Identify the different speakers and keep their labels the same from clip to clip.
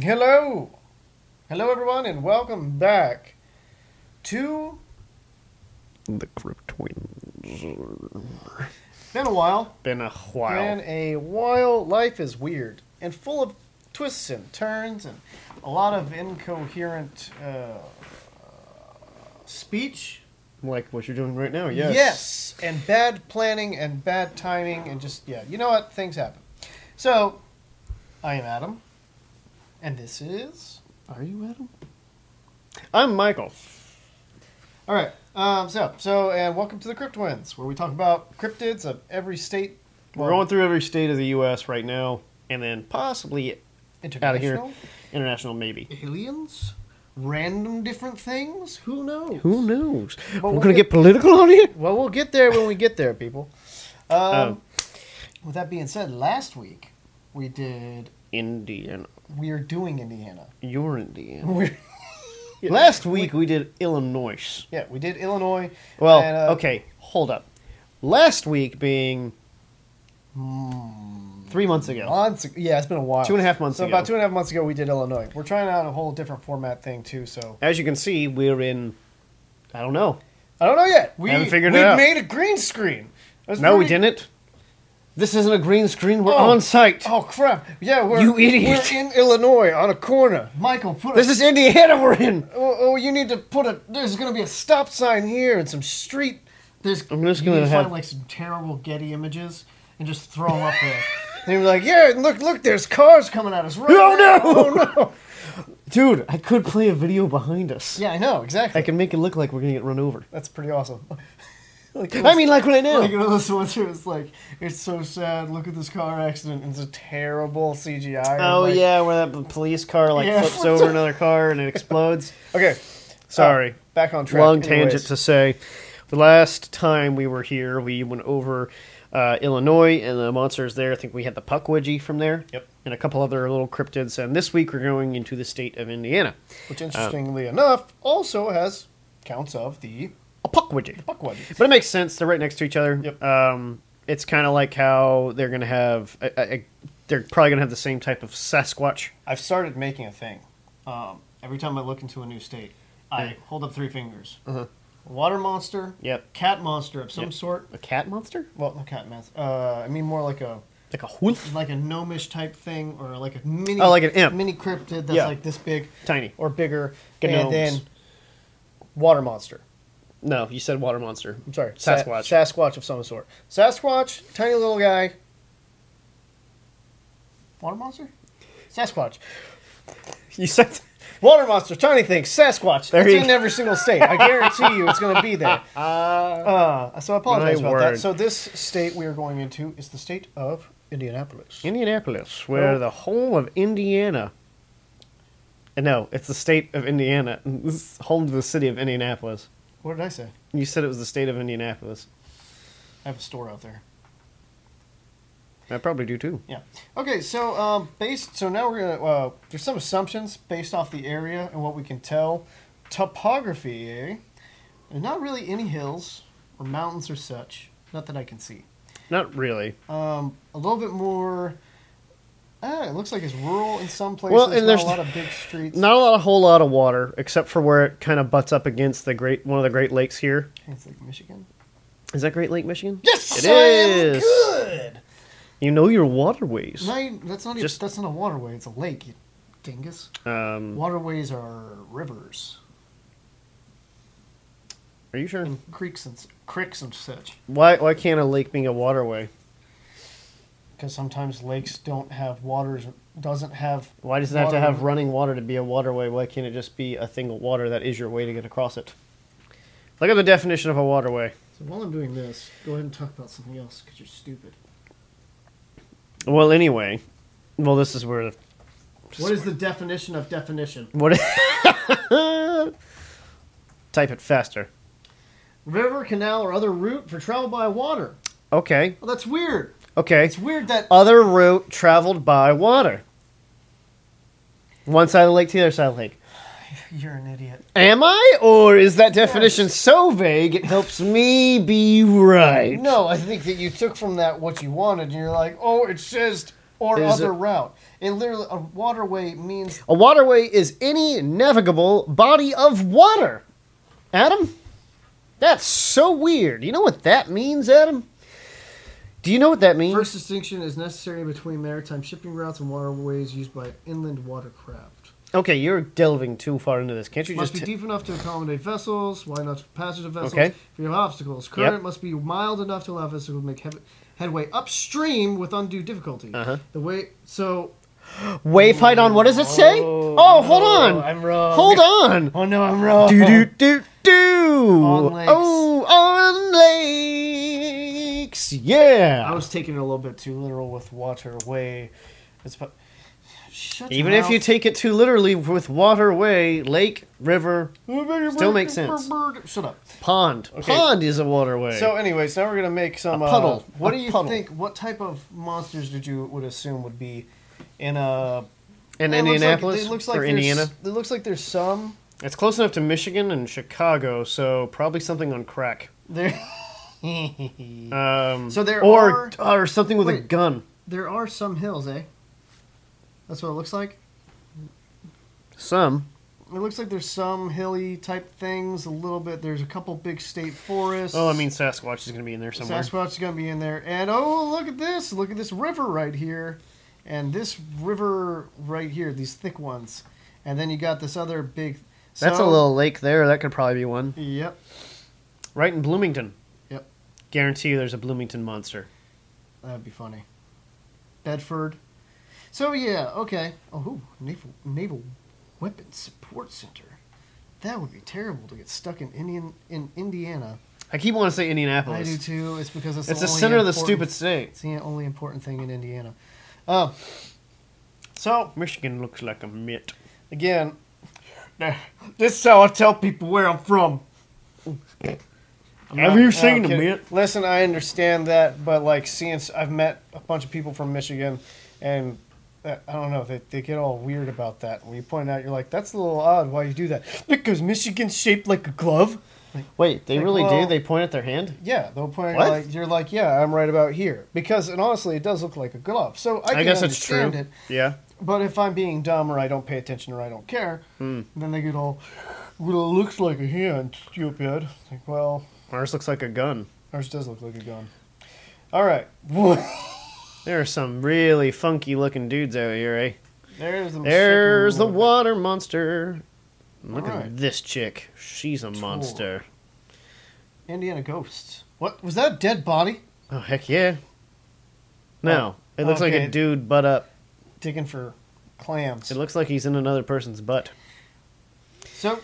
Speaker 1: Hello. Hello, everyone, and welcome back to.
Speaker 2: The Grip Twins.
Speaker 1: Been a while.
Speaker 2: Been a while.
Speaker 1: Been a while. Life is weird and full of twists and turns and a lot of incoherent uh, speech.
Speaker 2: Like what you're doing right now, Oh, yes.
Speaker 1: Yes, and bad planning and bad timing and just, yeah, you know what? Things happen. So, I am Adam, and this is.
Speaker 2: Are you Adam? I'm Michael.
Speaker 1: All right. Um, so, so, and welcome to the Cryptwins, where we talk about cryptids of every state.
Speaker 2: We're going through every state of the U.S. right now, and then possibly out of here,
Speaker 1: international,
Speaker 2: international maybe.
Speaker 1: aliens, random different things. Who knows?
Speaker 2: Who knows? We're
Speaker 1: we'll
Speaker 2: gonna
Speaker 1: get-
Speaker 2: get political on it.
Speaker 1: Well, we'll get there when we get there, people. Um,
Speaker 2: Um.
Speaker 1: With that being said, last week we did.
Speaker 2: Indiana,
Speaker 1: We are doing Indiana.
Speaker 2: you're Indiana.
Speaker 1: We're,
Speaker 2: Last week we did Illinois.
Speaker 1: yeah, we did Illinois.
Speaker 2: Well,
Speaker 1: and, uh,
Speaker 2: okay, hold up. Last week being
Speaker 1: mm,
Speaker 2: three months ago.
Speaker 1: months ago- Yeah, it's been a while.
Speaker 2: Two and a half months
Speaker 1: So
Speaker 2: ago.
Speaker 1: about two and a half months ago, we did Illinois. We're trying out a whole different format thing too. So
Speaker 2: As you can see, we're in. I don't know.
Speaker 1: I don't know yet. We
Speaker 2: Haven't figured it
Speaker 1: we
Speaker 2: out.
Speaker 1: made a green screen. That's
Speaker 2: No, we
Speaker 1: pretty-
Speaker 2: didn't. This isn't a green screen. We're
Speaker 1: Oh.
Speaker 2: on site.
Speaker 1: Oh crap! Yeah, we're
Speaker 2: You idiot.
Speaker 1: We're in Illinois on a corner. Michael, put
Speaker 2: This
Speaker 1: a,
Speaker 2: is Indiana we're in.
Speaker 1: Oh, oh, you need to put a. There's gonna be a stop sign here and some street. There's.
Speaker 2: I'm just
Speaker 1: you
Speaker 2: gonna
Speaker 1: need to
Speaker 2: have-
Speaker 1: find like some terrible Getty images and just throw them up there. And you're like, yeah, look, look, there's cars coming at us right
Speaker 2: Oh,
Speaker 1: now.
Speaker 2: no.
Speaker 1: Oh no!
Speaker 2: Dude, I could play a video behind us.
Speaker 1: Yeah, I know exactly.
Speaker 2: I can make it look like we're gonna get run over.
Speaker 1: That's pretty awesome. like,
Speaker 2: I mean, like right
Speaker 1: Like
Speaker 2: now.
Speaker 1: you know those ones where it's like it's so sad. Look at this car accident. It's a terrible CGI. and,
Speaker 2: Oh
Speaker 1: like-
Speaker 2: yeah, where that police car like
Speaker 1: Yeah.
Speaker 2: flips over another car and it explodes.
Speaker 1: Okay.
Speaker 2: Sorry.
Speaker 1: Uh, back on track.
Speaker 2: Long
Speaker 1: Anyways.
Speaker 2: tangent to say. The last time we were here, we went over uh, Illinois and the monsters there. I think we had the Puckwidgie from there.
Speaker 1: Yep.
Speaker 2: And a couple other little cryptids. And this week we're going into the state of Indiana.
Speaker 1: Which, interestingly enough, also has counts of the
Speaker 2: A Puckwidgie.
Speaker 1: buckwudgie.
Speaker 2: But it makes sense. They're right next to each other.
Speaker 1: Yep.
Speaker 2: Um, it's kind of like how they're going to have. I, I, I- they're probably going to have the same type of Sasquatch.
Speaker 1: I've started making a thing. Um, every time I look into a new state, I hold up three fingers.
Speaker 2: Mm. Uh-huh.
Speaker 1: Water monster.
Speaker 2: Yep.
Speaker 1: Cat monster of some
Speaker 2: Yep.
Speaker 1: sort.
Speaker 2: A cat monster?
Speaker 1: Well, not cat monster. Uh, I mean more like a
Speaker 2: Like a wolf?
Speaker 1: like a gnomish type thing, or like a mini.
Speaker 2: Oh, like an imp.
Speaker 1: Mini cryptid that's
Speaker 2: Yeah.
Speaker 1: like this big
Speaker 2: Tiny.
Speaker 1: or bigger,
Speaker 2: Gnomes.
Speaker 1: and then water monster.
Speaker 2: No, you said water monster.
Speaker 1: I'm sorry, Sa-
Speaker 2: Sasquatch.
Speaker 1: Sasquatch of some sort. Sasquatch, tiny little guy. Water monster? Sasquatch.
Speaker 2: You said.
Speaker 1: Water monster, tiny thing, Sasquatch.
Speaker 2: There
Speaker 1: it's
Speaker 2: you
Speaker 1: in
Speaker 2: go.
Speaker 1: every single state. I guarantee you it's going to be there. Uh, so I apologize
Speaker 2: My
Speaker 1: about that.
Speaker 2: word.
Speaker 1: So this state we are going into is the state of Indianapolis.
Speaker 2: Indianapolis, where
Speaker 1: Oh.
Speaker 2: the whole of Indiana. Uh, No, it's the state of Indiana. This is home to the city of Indianapolis.
Speaker 1: what did I say?
Speaker 2: You said it was the state of Indianapolis.
Speaker 1: I have a store out there.
Speaker 2: I probably do too.
Speaker 1: Yeah. Okay. So um, based. So now we're gonna. Uh, there's some assumptions based off the area and what we can tell. Topography. Eh? There's not really any hills or mountains or such. Not that I can see.
Speaker 2: Not really.
Speaker 1: Um, a little bit more. Uh, it looks like it's rural in some places.
Speaker 2: Well,
Speaker 1: not
Speaker 2: and there's-
Speaker 1: a lot of big streets.
Speaker 2: Not a lot, a whole lot of water, except for where it kind of butts up against the great one of the Great Lakes here.
Speaker 1: I think It's like Michigan.
Speaker 2: Is that Great Lake Michigan?
Speaker 1: Yes,
Speaker 2: It
Speaker 1: I am
Speaker 2: is.
Speaker 1: good.
Speaker 2: You know your waterways.
Speaker 1: Not even- that's not even,
Speaker 2: Just-
Speaker 1: that's not a waterway. It's a lake. You dingus.
Speaker 2: Um,
Speaker 1: Waterways are rivers
Speaker 2: are you sure?
Speaker 1: and creeks and s- creeks and such.
Speaker 2: Why why can't a lake be a waterway?
Speaker 1: because sometimes lakes don't have waters doesn't have
Speaker 2: Why does it have to have
Speaker 1: Water.
Speaker 2: running water to be a waterway? Why can't it just be a thing of water that is your way to get across it? Look at the definition of a waterway.
Speaker 1: so while i'm doing this go ahead and talk about something else because you're stupid
Speaker 2: Well, anyway, well this is where the
Speaker 1: what is the definition of definition
Speaker 2: what. Type it faster.
Speaker 1: river canal or other route for travel by water
Speaker 2: Okay,
Speaker 1: well that's weird
Speaker 2: okay.
Speaker 1: it's weird that
Speaker 2: Other route traveled by water. One side of the lake to the other side of the lake.
Speaker 1: you're an idiot
Speaker 2: Am I, or is that definition so vague it helps me be right?
Speaker 1: no i think that you took from that what you wanted and you're like oh it says or
Speaker 2: Is
Speaker 1: other
Speaker 2: it-
Speaker 1: route. It literally a waterway means
Speaker 2: A waterway is any navigable body of water. Adam? That's so weird. You know what that means, Adam? Do you know what that means?
Speaker 1: first distinction is necessary between maritime shipping routes and waterways used by inland watercraft.
Speaker 2: okay, you're delving too far into this. Can't you
Speaker 1: Must
Speaker 2: just
Speaker 1: be deep enough to accommodate vessels, wide enough for passage of vessels.
Speaker 2: Okay.
Speaker 1: If you have obstacles, current must be mild enough to allow vessels to make heavy, headway upstream with undue difficulty.
Speaker 2: Uh-huh.
Speaker 1: The way so
Speaker 2: wave height on? What does it say? Oh, hold on.
Speaker 1: I'm wrong.
Speaker 2: Hold on.
Speaker 1: Oh no, I'm wrong.
Speaker 2: Do do do do.
Speaker 1: On lakes.
Speaker 2: Oh, on lakes. Yeah.
Speaker 1: I was taking it a little bit too literal with waterway. It's about Shut
Speaker 2: Even if you take it too literally with waterway, lake, river,
Speaker 1: take
Speaker 2: still makes sense.
Speaker 1: Shut up.
Speaker 2: pond.
Speaker 1: Okay.
Speaker 2: Pond is a waterway.
Speaker 1: So, anyways, now we're gonna make some
Speaker 2: A puddle.
Speaker 1: Uh, what
Speaker 2: A
Speaker 1: do you
Speaker 2: puddle.
Speaker 1: think? What type of monsters did you would assume would be in a
Speaker 2: in
Speaker 1: Well, it looks like-
Speaker 2: Indianapolis
Speaker 1: it looks like
Speaker 2: or
Speaker 1: there's-
Speaker 2: Indiana.
Speaker 1: It looks like there's some
Speaker 2: It's close enough to Michigan and Chicago, so probably something on crack.
Speaker 1: there.
Speaker 2: Um,
Speaker 1: So there
Speaker 2: or,
Speaker 1: are-
Speaker 2: or something with a
Speaker 1: Wait.
Speaker 2: gun.
Speaker 1: there are some hills, eh? That's what it looks like.
Speaker 2: Some.
Speaker 1: It looks like there's some hilly type things. A little bit. There's a couple big state forests.
Speaker 2: Oh, I mean Sasquatch is going to be in there somewhere.
Speaker 1: Sasquatch is gonna be in there, and oh look at this! Look at this river right here, and this river right here. These thick ones, and then you got this other big.
Speaker 2: That's
Speaker 1: so-
Speaker 2: a little lake there. That could probably be one.
Speaker 1: Yep.
Speaker 2: Right in Bloomington.
Speaker 1: Yep.
Speaker 2: Guarantee you there's a Bloomington monster.
Speaker 1: That'd be funny. Bedford. So yeah, okay. Oh, ooh, naval naval weapons support center. That would be terrible to get stuck in Indian in Indiana.
Speaker 2: I keep wanting to say Indianapolis.
Speaker 1: I do too. It's because it's,
Speaker 2: It's
Speaker 1: the
Speaker 2: the
Speaker 1: only
Speaker 2: center of the
Speaker 1: important-
Speaker 2: stupid state.
Speaker 1: It's the only important thing in Indiana. Uh, so
Speaker 2: Michigan looks like a mitt.
Speaker 1: again, this is how I tell people where I'm from.
Speaker 2: Have
Speaker 1: Not-
Speaker 2: you
Speaker 1: no,
Speaker 2: seen a
Speaker 1: I'm kidding.
Speaker 2: mitt?
Speaker 1: Listen, I understand that, but like, since I've met a bunch of people from Michigan, and uh, I don't know, they, they get all weird about that. When you point out, you're like, that's a little odd. Why you do that? Because Michigan's shaped like a glove.
Speaker 2: Wait, they
Speaker 1: Like,
Speaker 2: really
Speaker 1: well-
Speaker 2: do? They point at their hand?
Speaker 1: Yeah, they'll point
Speaker 2: What?
Speaker 1: out like you're like, yeah, I'm right about here. Because and honestly, it does look like a glove. So I,
Speaker 2: I,
Speaker 1: can
Speaker 2: guess that's true.
Speaker 1: understand it.
Speaker 2: Yeah.
Speaker 1: But if I'm being dumb or I don't pay attention or I don't care, then they get all, well, it looks like a hand, stupid. Like, well,
Speaker 2: Ours looks like a gun.
Speaker 1: ours does look like a gun. All right.
Speaker 2: There are some really funky looking dudes out here, eh?
Speaker 1: There's the
Speaker 2: There's the
Speaker 1: second
Speaker 2: water monster. Look
Speaker 1: Alright.
Speaker 2: at this chick. She's a monster.
Speaker 1: Indiana Ghosts. What was that? a Dead body
Speaker 2: Oh heck yeah. No.
Speaker 1: Oh,
Speaker 2: it looks like
Speaker 1: okay.
Speaker 2: a dude butt up.
Speaker 1: digging for clams.
Speaker 2: It looks like he's in another person's butt.
Speaker 1: So,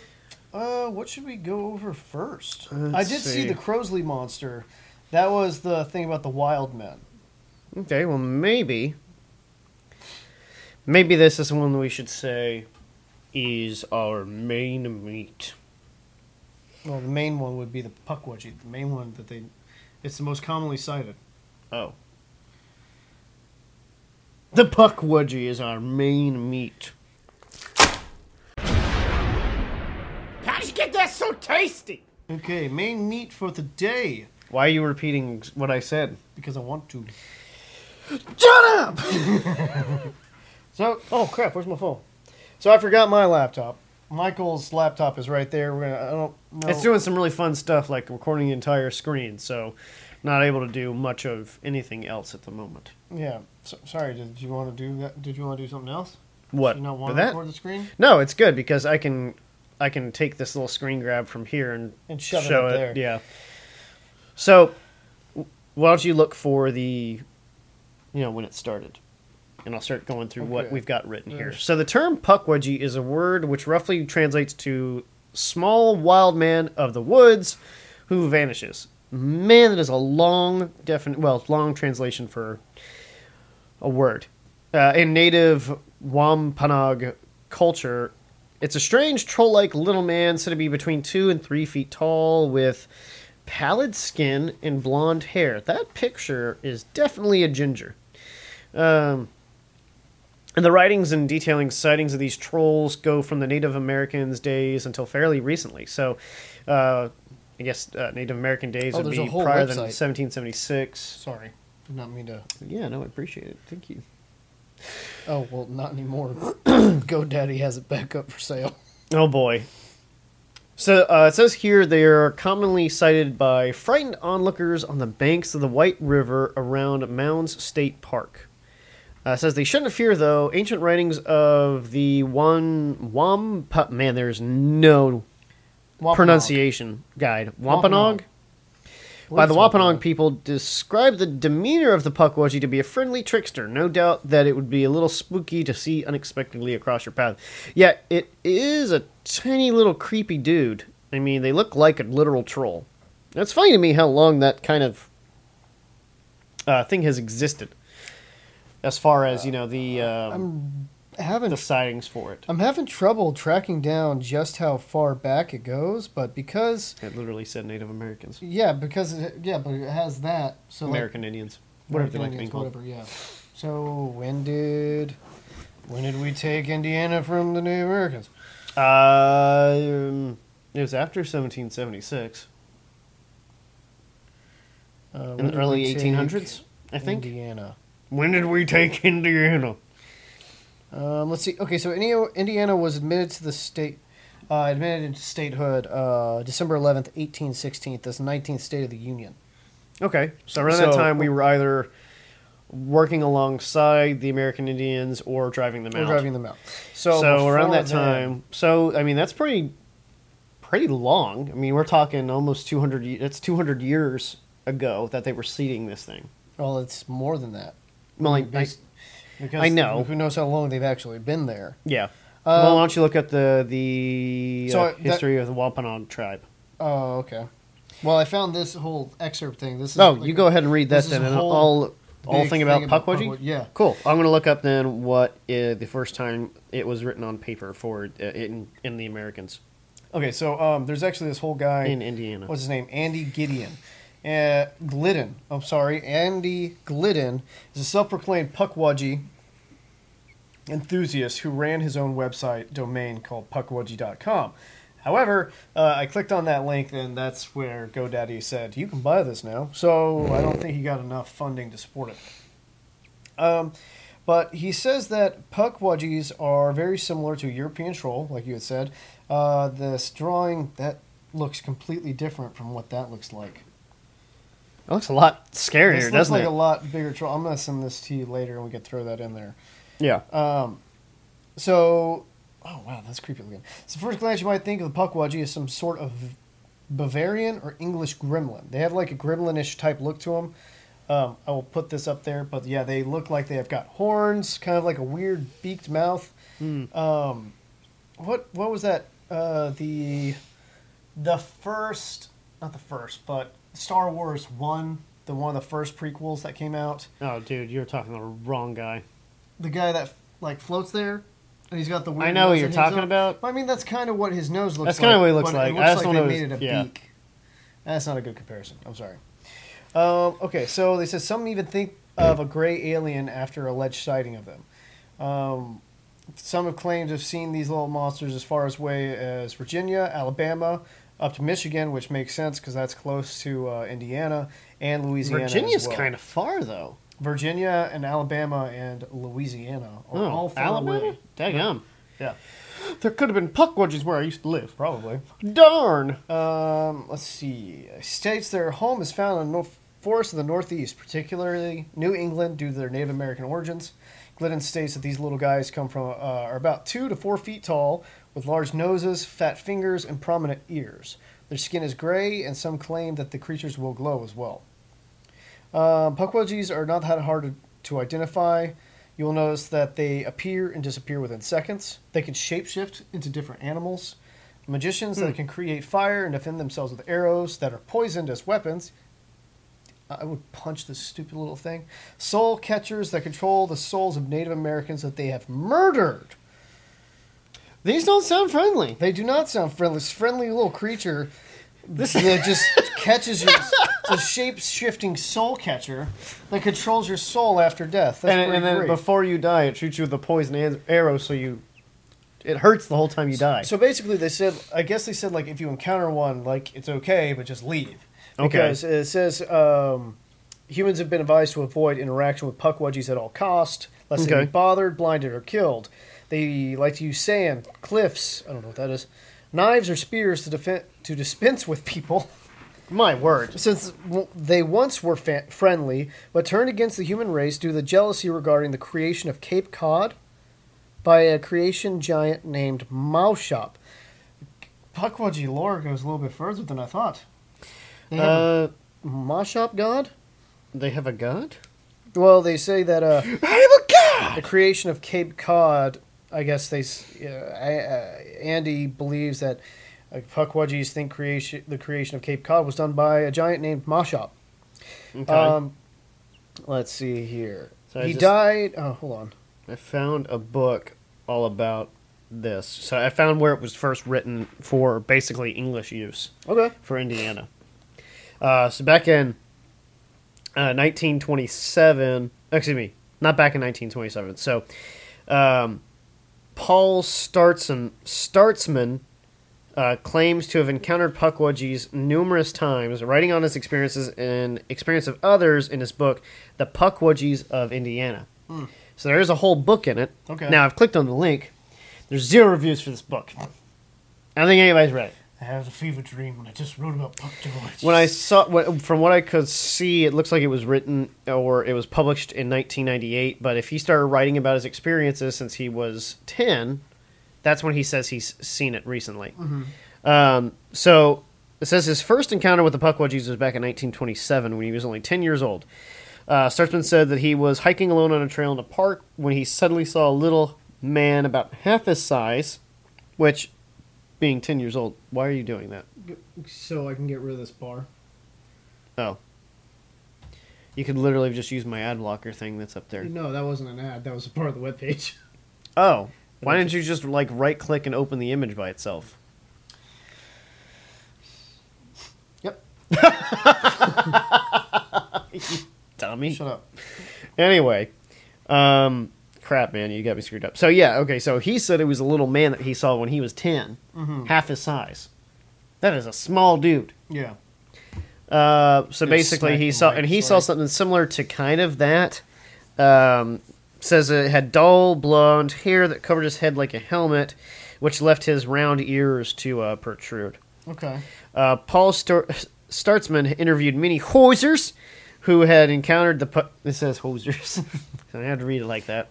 Speaker 1: uh, what should we go over 1st
Speaker 2: Let's
Speaker 1: I did
Speaker 2: see.
Speaker 1: see the Crosley monster. That was the thing about the wild men.
Speaker 2: Okay, well maybe maybe this is one we should say is our main meat.
Speaker 1: Well, the main one would be the puckwudgie. The main one that they, it's the most commonly cited.
Speaker 2: Oh. The puck wedgie is our main meat.
Speaker 3: How would you get that so tasty?
Speaker 1: Okay, main meat for the day
Speaker 2: Why are you repeating what I said?
Speaker 1: because I want to.
Speaker 2: Shut up!
Speaker 1: So, oh crap, where's my phone? So I forgot my laptop. Michael's laptop is right there. We're gonna. I don't know.
Speaker 2: It's doing some really fun stuff like recording the entire screen, so not able to do much of anything else at the moment.
Speaker 1: Yeah. So, sorry. Did you want to do that? Did you want to do something else?
Speaker 2: What?
Speaker 1: Did you not
Speaker 2: for
Speaker 1: want to
Speaker 2: that?
Speaker 1: record the screen
Speaker 2: No, it's good because I can I can take this little screen grab from here and
Speaker 1: and shove
Speaker 2: show
Speaker 1: it up
Speaker 2: it.
Speaker 1: there?
Speaker 2: Yeah. So w- why don't you look for the you know when it started? And I'll start going through what
Speaker 1: Okay.
Speaker 2: we've got written here.
Speaker 1: Yes.
Speaker 2: So the term puckwudgie is a word which roughly translates to small wild man of the woods who vanishes. Man, that is a long definite well, long translation for a word. Uh, in native Wampanoag culture, it's a strange troll like little man said to be between two and three feet tall with pallid skin and blonde hair. That picture is definitely a ginger. Um, and the writings and detailing sightings of these trolls go from the Native Americans' days until fairly recently. So, uh, I guess uh, Native American days
Speaker 1: Oh,
Speaker 2: would
Speaker 1: there's a
Speaker 2: be
Speaker 1: whole
Speaker 2: prior than
Speaker 1: website.
Speaker 2: 1776.
Speaker 1: Sorry. Did not mean to.
Speaker 2: Yeah, no, I appreciate it. Thank you.
Speaker 1: Oh well, not anymore. GoDaddy has it back up for sale.
Speaker 2: Oh boy. So uh, it says here they are commonly sighted by frightened onlookers on the banks of the White River around Mounds State Park. Uh, it says they shouldn't fear though. Ancient writings of the Wan Wampa man, there's no
Speaker 1: Wampanoag.
Speaker 2: pronunciation guide. Wampanoag.
Speaker 1: Wampanoag.
Speaker 2: By
Speaker 1: What
Speaker 2: the
Speaker 1: is
Speaker 2: Wampanoag people, describe the demeanor of the Puckwudgie to be a friendly trickster. No doubt that it would be a little spooky to see unexpectedly across your path. Yeah, it is a tiny little creepy dude. I mean, they look like a literal troll. It's funny to me how long that kind of uh, thing has existed, as far as you know the uh,
Speaker 1: Having
Speaker 2: the sightings for it.
Speaker 1: I'm having trouble tracking down just how far back it goes, but because
Speaker 2: It literally said Native Americans,
Speaker 1: yeah, because it, yeah, but it has that. So like,
Speaker 2: American Indians, whatever they like to be
Speaker 1: Indians,
Speaker 2: called.
Speaker 1: Whatever, yeah. So when did when did we take Indiana from the Native Americans?
Speaker 2: Uh, um, it was after 1776,
Speaker 1: Uh,
Speaker 2: in
Speaker 1: when
Speaker 2: the
Speaker 1: did
Speaker 2: early
Speaker 1: we take
Speaker 2: 1800s, I think.
Speaker 1: Indiana.
Speaker 2: When did we take Indiana?
Speaker 1: Um, let's see. Okay, so Indi- Indiana was admitted to the state, uh, admitted into statehood uh, December eleventh, eighteen sixteen. That's nineteenth state of the union.
Speaker 2: Okay, so around that
Speaker 1: So-
Speaker 2: time, we were either working alongside the American Indians or driving them
Speaker 1: We're
Speaker 2: out.
Speaker 1: driving them out.
Speaker 2: so
Speaker 1: So,
Speaker 2: around
Speaker 1: before
Speaker 2: that
Speaker 1: then-
Speaker 2: time, so I mean, that's pretty, pretty long. I mean, we're talking almost 200. ye- That's 200 years ago that they were seeding this thing.
Speaker 1: well, it's more than that.
Speaker 2: Well, like,
Speaker 1: Because- because
Speaker 2: I know.
Speaker 1: who knows how long they've actually been there.
Speaker 2: yeah.
Speaker 1: Um,
Speaker 2: well, why don't you look up the the
Speaker 1: So
Speaker 2: uh,
Speaker 1: that-
Speaker 2: history of the Wampanoag tribe?
Speaker 1: Oh, okay. Well, I found this whole excerpt thing. This is
Speaker 2: Oh,
Speaker 1: like
Speaker 2: you
Speaker 1: a
Speaker 2: go ahead and read that
Speaker 1: this is
Speaker 2: then,
Speaker 1: a
Speaker 2: and
Speaker 1: whole
Speaker 2: I'll all
Speaker 1: big
Speaker 2: thing about
Speaker 1: Puckwudgie?
Speaker 2: Puckwudgie.
Speaker 1: Yeah.
Speaker 2: Cool. I'm gonna look up then what uh, the first time it was written on paper for uh, in in the Americans
Speaker 1: Okay, so um, there's actually this whole guy.
Speaker 2: in Indiana.
Speaker 1: what's his name? Andy Gideon. Uh, Glidden. I'm sorry. Andy Glidden is a self proclaimed Puckwudgie enthusiast who ran his own website domain called puckwudgie.com. However, uh, I clicked on that link, and that's where GoDaddy said, you can buy this now. So I don't think he got enough funding to support it. Um, but he says that puckwudgies are very similar to a European troll, like you had said. Uh, this drawing, that looks completely different from what that looks like.
Speaker 2: It looks a lot
Speaker 1: this
Speaker 2: scarier,
Speaker 1: looks
Speaker 2: doesn't
Speaker 1: like
Speaker 2: it?
Speaker 1: a lot bigger troll. I'm going to send this to you later, and we could throw that in there.
Speaker 2: yeah.
Speaker 1: Um, so, oh wow, that's creepy looking. So, first glance, you might think of the Puckwudgie as some sort of Bavarian or English gremlin. They have like a gremlinish type look to them. Um, I will put this up there, but yeah, they look like they have got horns, kind of like a weird beaked mouth. Um, what what was that? Uh, the the first, not the first, but Star Wars one, the one of the first prequels that came out
Speaker 2: Oh, dude, you're talking to the wrong guy.
Speaker 1: the guy that like floats there, and he's got the. Weird
Speaker 2: I know what
Speaker 1: nose
Speaker 2: you're
Speaker 1: that hangs
Speaker 2: talking
Speaker 1: up.
Speaker 2: about.
Speaker 1: Well, I mean, that's kind of what his nose looks.
Speaker 2: That's
Speaker 1: like.
Speaker 2: kinda what he looks
Speaker 1: but
Speaker 2: like.
Speaker 1: It
Speaker 2: I
Speaker 1: looks
Speaker 2: just
Speaker 1: like
Speaker 2: don't
Speaker 1: they
Speaker 2: know
Speaker 1: made
Speaker 2: his-
Speaker 1: it a
Speaker 2: yeah.
Speaker 1: beak. That's not a good comparison. I'm sorry. Um, okay, so they said some even think of a gray alien after alleged sighting of them. Um, some have claimed to have seen these little monsters as far as way as Virginia, Alabama, up to Michigan, which makes sense because that's close to uh, Indiana and Louisiana. as
Speaker 2: Virginia's
Speaker 1: well.
Speaker 2: kind of far though.
Speaker 1: Virginia and Alabama and Louisiana are
Speaker 2: Oh,
Speaker 1: all far
Speaker 2: Alabama.
Speaker 1: away.
Speaker 2: Daggum.
Speaker 1: Yeah,
Speaker 2: There could have been puckwudgies where I used to live.
Speaker 1: probably.
Speaker 2: Darn.
Speaker 1: Um, let's see. States their home is found in the nor- forests of the Northeast, particularly New England, due to their Native American origins. Glidden states that these little guys come from uh, are about two to four feet tall, with large noses, fat fingers, and prominent ears. Their skin is gray, and some claim that the creatures will glow as well. Um, Puckwudgies are not that hard to, to identify. You'll notice that they appear and disappear within seconds. They can shapeshift into different animals. Magicians
Speaker 2: Hmm.
Speaker 1: that can create fire and defend themselves with arrows that are poisoned as weapons. I would punch this stupid little thing. Soul catchers that control the souls of Native Americans that they have murdered.
Speaker 2: These don't sound friendly.
Speaker 1: They do not sound friendly. This friendly little creature that just catches your a shape shifting soul catcher that controls your soul after death. That's
Speaker 2: and,
Speaker 1: pretty
Speaker 2: and then
Speaker 1: great.
Speaker 2: before you die, it shoots you with a poison an- arrow, so you it hurts the whole time you die.
Speaker 1: So basically, they said, I guess they said, like, if you encounter one, like, it's okay, but just leave.
Speaker 2: Okay.
Speaker 1: Because it says um, Humans have been advised to avoid interaction with puckwudgies at all cost, lest they
Speaker 2: Okay.
Speaker 1: be bothered, blinded, or killed. They like to use sand, cliffs, I don't know what that is, knives or spears to defen to dispense with people,
Speaker 2: My word.
Speaker 1: since w- they once were fa- friendly, but turned against the human race due to the jealousy regarding the creation of Cape Cod by a creation giant named Maushop. Puckwudgie lore goes a little bit further than I thought. They have a
Speaker 2: Uh,
Speaker 1: Maushop god?
Speaker 2: they have a god?
Speaker 1: Well, they say that uh,
Speaker 3: I'm a god!
Speaker 1: the creation of Cape Cod, I guess they, s- uh, I- uh, Andy believes that uh, Puckwudgies think creation, the creation of Cape Cod was done by a giant named Mashop.
Speaker 2: Okay.
Speaker 1: Um, let's see here.
Speaker 2: So I
Speaker 1: he
Speaker 2: just-
Speaker 1: died. Oh, hold on.
Speaker 2: I found a book all about this. So I found where it was first written for basically English use
Speaker 1: Okay.
Speaker 2: for Indiana. Uh, so back in uh, 1927, excuse me, not back in 1927. So um, Paul Startson, Startsman uh, claims to have encountered Puckwudgies numerous times, writing on his experiences and experience of others in his book, The Puckwudgies of Indiana. So there is a whole book in it.
Speaker 1: Okay.
Speaker 2: Now I've clicked on the link. There's zero reviews for this book. I don't think anybody's read it
Speaker 1: I had a fever dream when I just wrote about Puckwudgies.
Speaker 2: when I saw what, from what I could see, it looks like it was written or it was published in 1998. But if he started writing about his experiences since he was 10, that's when he says he's seen it recently. Um, so it says his first encounter with the Puckwudgies was back in 1927 when he was only 10 years old. Uh, Startsman said that he was hiking alone on a trail in a park when he suddenly saw a little man about half his size, which, being 10 years old, why are you doing that?
Speaker 1: so I can get rid of this bar.
Speaker 2: Oh. You could literally just use my ad blocker thing that's up there.
Speaker 1: No, that wasn't an ad. That was a part of the webpage.
Speaker 2: Oh. Why didn't you just like right click and open the image by itself?
Speaker 1: Yep.
Speaker 2: Dummy.
Speaker 1: Shut up.
Speaker 2: Anyway. Um crap man, you got me screwed up. So yeah, okay, so he said it was a little man that he saw when he was 10
Speaker 1: Mm-hmm.
Speaker 2: Half his size. That is a small dude.
Speaker 1: Yeah.
Speaker 2: Uh, so
Speaker 1: Yeah,
Speaker 2: basically,
Speaker 1: smack
Speaker 2: he
Speaker 1: him
Speaker 2: saw
Speaker 1: right,
Speaker 2: and he saw
Speaker 1: sorry.
Speaker 2: something similar to kind of that. Um, says it had dull blonde hair that covered his head like a helmet, which left his round ears to uh, protrude.
Speaker 1: Okay.
Speaker 2: Uh, Paul Star- Startsman interviewed many hosers who had encountered the. Pu- it says hosers. I had to read it like that.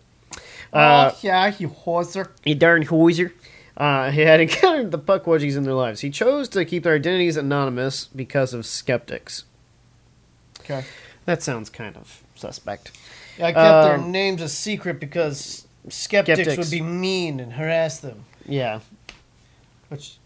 Speaker 2: Uh,
Speaker 1: oh, yeah, you hoser.
Speaker 2: a darn hoiser. Uh, he had encountered the Puckwudgies in their lives. He chose to keep their identities anonymous because of skeptics.
Speaker 1: Okay.
Speaker 2: That sounds kind of suspect.
Speaker 1: I kept their
Speaker 2: Um,
Speaker 1: names a secret because skeptics,
Speaker 2: Skeptics.
Speaker 1: would be mean and harass them.
Speaker 2: Yeah,
Speaker 1: Which,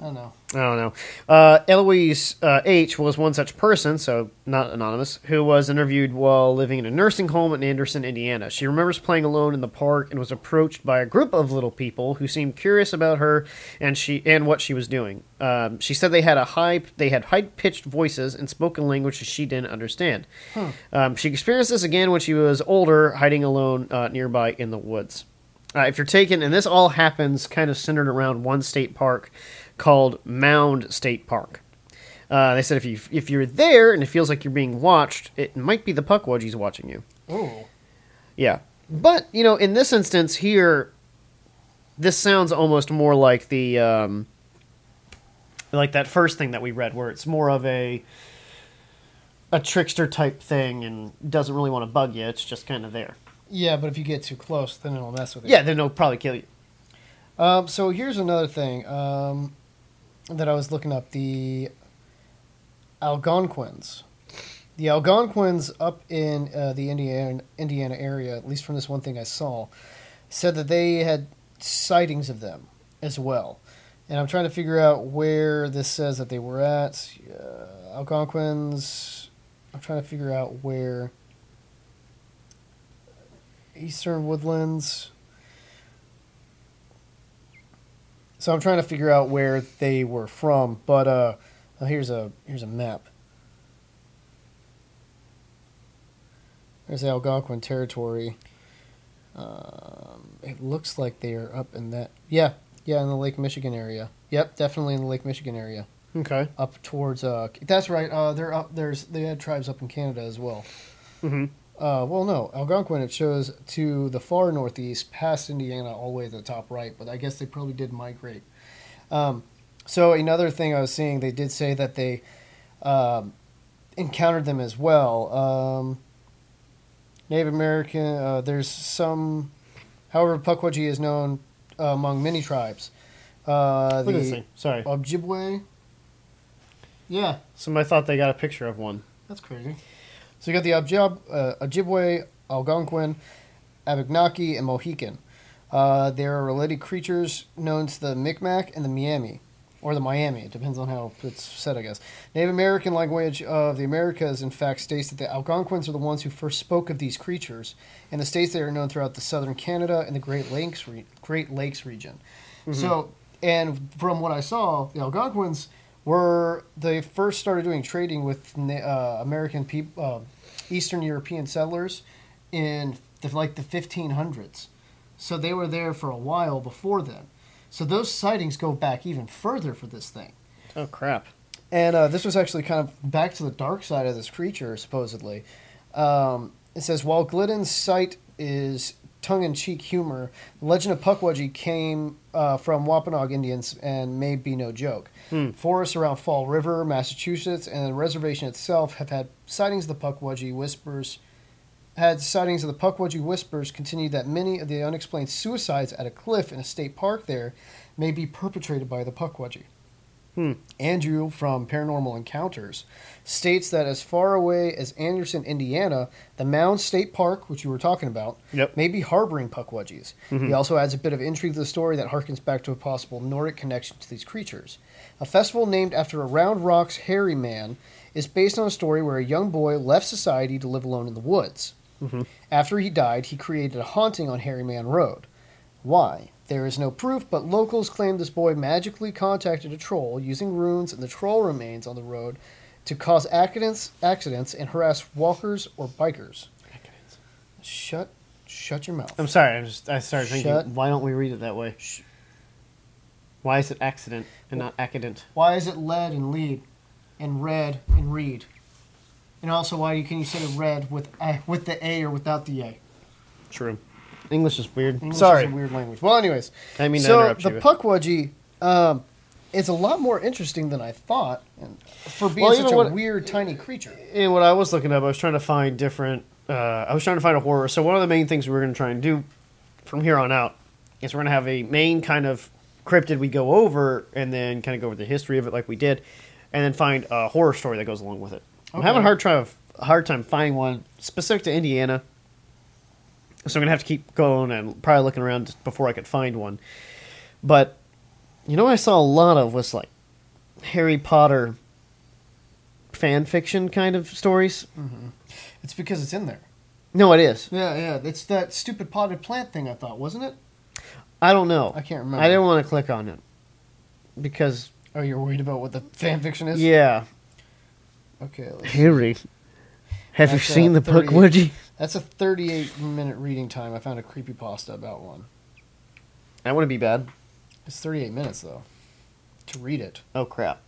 Speaker 1: I don't know.
Speaker 2: I don't know. Uh, Eloise uh, H was one such person, so not anonymous, who was interviewed while living in a nursing home in Anderson, Indiana. She remembers playing alone in the park and was approached by a group of little people who seemed curious about her and she and what she was doing. Um, she said they had a high they had high pitched voices and spoke in languages she didn't understand. Um, she experienced this again when she was older, hiding alone uh, nearby in the woods. Uh, if you're taken, and this all happens kind of centered around one state park called Mound State Park. Uh, they said if you if you're there and it feels like you're being watched, it might be the Puckwudgies watching you.
Speaker 1: Ooh.
Speaker 2: Yeah, but you know, in this instance here, this sounds almost more like the um, like that first thing that we read, where it's more of a a trickster type thing and doesn't really want to bug you. It's just kind of there.
Speaker 1: Yeah, but if you get too close, then it'll mess with you.
Speaker 2: Yeah, then it'll probably kill you.
Speaker 1: Um, so here's another thing um, that I was looking up the Algonquins. The Algonquins up in uh, the Indiana, Indiana area, at least from this one thing I saw, said that they had sightings of them as well. And I'm trying to figure out where this says that they were at. Uh, Algonquins. I'm trying to figure out where. Eastern Woodlands. So I'm trying to figure out where they were from, but uh, uh, here's a here's a map. There's the Algonquin territory. Um, it looks like they are up in that. Yeah, yeah, in the Lake Michigan area. Yep, definitely in the Lake Michigan area.
Speaker 2: Okay.
Speaker 1: up towards. Uh, that's right. Uh, they're up. There's they had tribes up in Canada as well.
Speaker 2: Mhm.
Speaker 1: Uh, well, no, Algonquin. It shows to the far northeast, past Indiana, all the way to the top right. But I guess they probably did migrate. Um, so another thing I was seeing, they did say that they um, encountered them as well. Um, Native American. Uh, there's some, however, Pukwudgie is known uh, among many tribes. Uh,
Speaker 2: Look at this
Speaker 1: the
Speaker 2: thing. Sorry.
Speaker 1: Ojibwe. Yeah,
Speaker 2: Somebody thought they got a picture of one.
Speaker 1: that's crazy. So you got the Ojib, uh, Ojibwe, Algonquin, Abenaki, and Mohican. Uh, they are related creatures known to the Micmac and the Miami, or the Miami. It depends on how it's said, I guess. Native American language of the Americas, in fact, states that the Algonquins are the ones who first spoke of these creatures. In the states, they are known throughout the southern Canada and the Great Lakes, re- Great Lakes region. So, and from what I saw, the Algonquins were they first started doing trading with na- uh, American people, uh, Eastern European settlers, in the, like the 1500s. So they were there for a while before then. So those sightings go back even further for this thing.
Speaker 2: Oh crap.
Speaker 1: And uh, this was actually kind of back to the dark side of this creature, supposedly. Um, it says while Glidden's sight is tongue-in-cheek humor, the legend of Pukwudgie came uh, from Wampanoag Indians and may be no joke. Forests around Fall River, Massachusetts, and the reservation itself have had sightings of the Pukwudgie whispers. Had sightings of the Pukwudgie whispers continued that many of the unexplained suicides at a cliff in a state park there may be perpetrated by the Pukwudgie. Andrew from Paranormal Encounters states that as far away as Anderson, Indiana, the Mound State Park, which you were talking about,
Speaker 2: Yep.
Speaker 1: may be harboring puckwudgies. He also adds a bit of intrigue to the story that harkens back to a possible Nordic connection to these creatures. A festival named after a Round Rock's hairy man is based on a story where a young boy left society to live alone in the woods. After he died, he created a haunting on Harry Man Road. Why? There is no proof, but locals claim this boy magically contacted a troll using runes and the troll remains on the road to cause accidents, accidents and harass walkers or bikers. Shut, shut your mouth.
Speaker 2: I'm sorry. I'm just. I started thinking.
Speaker 1: Shut-
Speaker 2: Why don't we read it that way? Why is it accident and not accident?
Speaker 1: Why is it lead and lead, and red and read, and also why you can you say red with a, with the a or without the a?
Speaker 2: True. English is weird.
Speaker 1: English is
Speaker 2: sorry.
Speaker 1: a weird language. Well, anyways,
Speaker 2: I mean to
Speaker 1: so
Speaker 2: interrupt
Speaker 1: the
Speaker 2: you.
Speaker 1: puckwudgie um, is a lot more interesting than I thought, and for being
Speaker 2: Well, you
Speaker 1: such a
Speaker 2: know what-
Speaker 1: weird tiny creature.
Speaker 2: and what I was looking up, I was trying to find different. Uh, I was trying to find a horror. So one of the main things we were going to try and do from here on out is we're going to have a main kind of cryptid we go over, and then kind of go over the history of it like we did, and then find a horror story that goes along with it. I'm
Speaker 1: Okay.
Speaker 2: having a hard try of a hard time finding one specific to Indiana, so I'm going to have to keep going and probably looking around before I could find one. But you know, what I saw a lot of was like Harry Potter fan fiction kind of stories.
Speaker 1: It's because it's in there.
Speaker 2: No, it is.
Speaker 1: Yeah, yeah. It's that stupid potted plant thing I thought, wasn't it?
Speaker 2: I don't know.
Speaker 1: I can't remember.
Speaker 2: I didn't want to click on it because
Speaker 1: Oh, you're worried about what the fan fiction is?
Speaker 2: yeah,
Speaker 1: Okay. Let's,
Speaker 2: Harry. Have you
Speaker 1: That's, uh,
Speaker 2: seen the
Speaker 1: 38.
Speaker 2: book, Woody?
Speaker 1: that's a 38 minute reading time. I found a creepy pasta about one.
Speaker 2: That wouldn't be bad.
Speaker 1: It's 38 minutes though. To read it.
Speaker 2: Oh crap.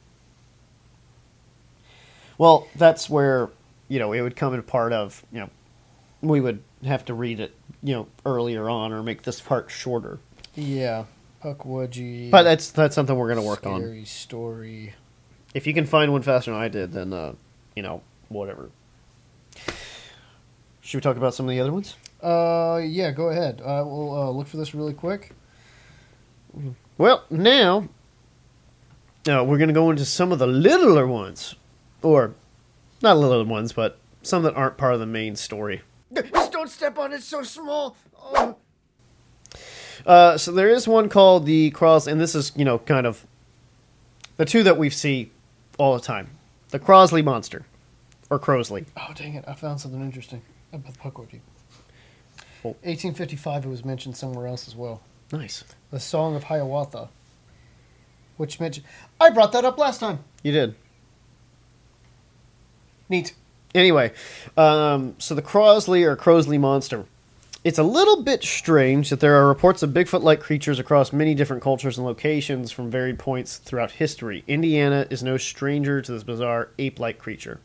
Speaker 2: Well, that's where you know it would come in part of you know we would have to read it you know earlier on or make this part shorter.
Speaker 1: Yeah. Puckwudgie.
Speaker 2: But that's that's something we're gonna work on.
Speaker 1: Scary story.
Speaker 2: if you can find one faster than I did, then uh, you know whatever. Should we talk about some of the other ones?
Speaker 1: Uh, yeah. Go ahead. I will uh, look for this really quick.
Speaker 2: Well, now uh, we're going to go into some of the littler ones, or not littler ones, but some that aren't part of the main story.
Speaker 3: Just don't step on it so small. Oh.
Speaker 2: Uh, so there is one called the Cross, and this is you know kind of the two that we see all the time: the Crosley monster, or Crosley.
Speaker 1: Oh dang it! I found something interesting about Puckwudgie.
Speaker 2: Oh.
Speaker 1: 1855. It was mentioned somewhere else as well.
Speaker 2: Nice,
Speaker 1: The Song of Hiawatha, which mentioned. I brought that up last time.
Speaker 2: you did.
Speaker 1: Neat.
Speaker 2: Anyway, um, so the Crosley or Crosley monster It's a little bit strange that there are reports of Bigfoot like creatures across many different cultures and locations from varied points throughout history. Indiana is no stranger to this bizarre ape like creature.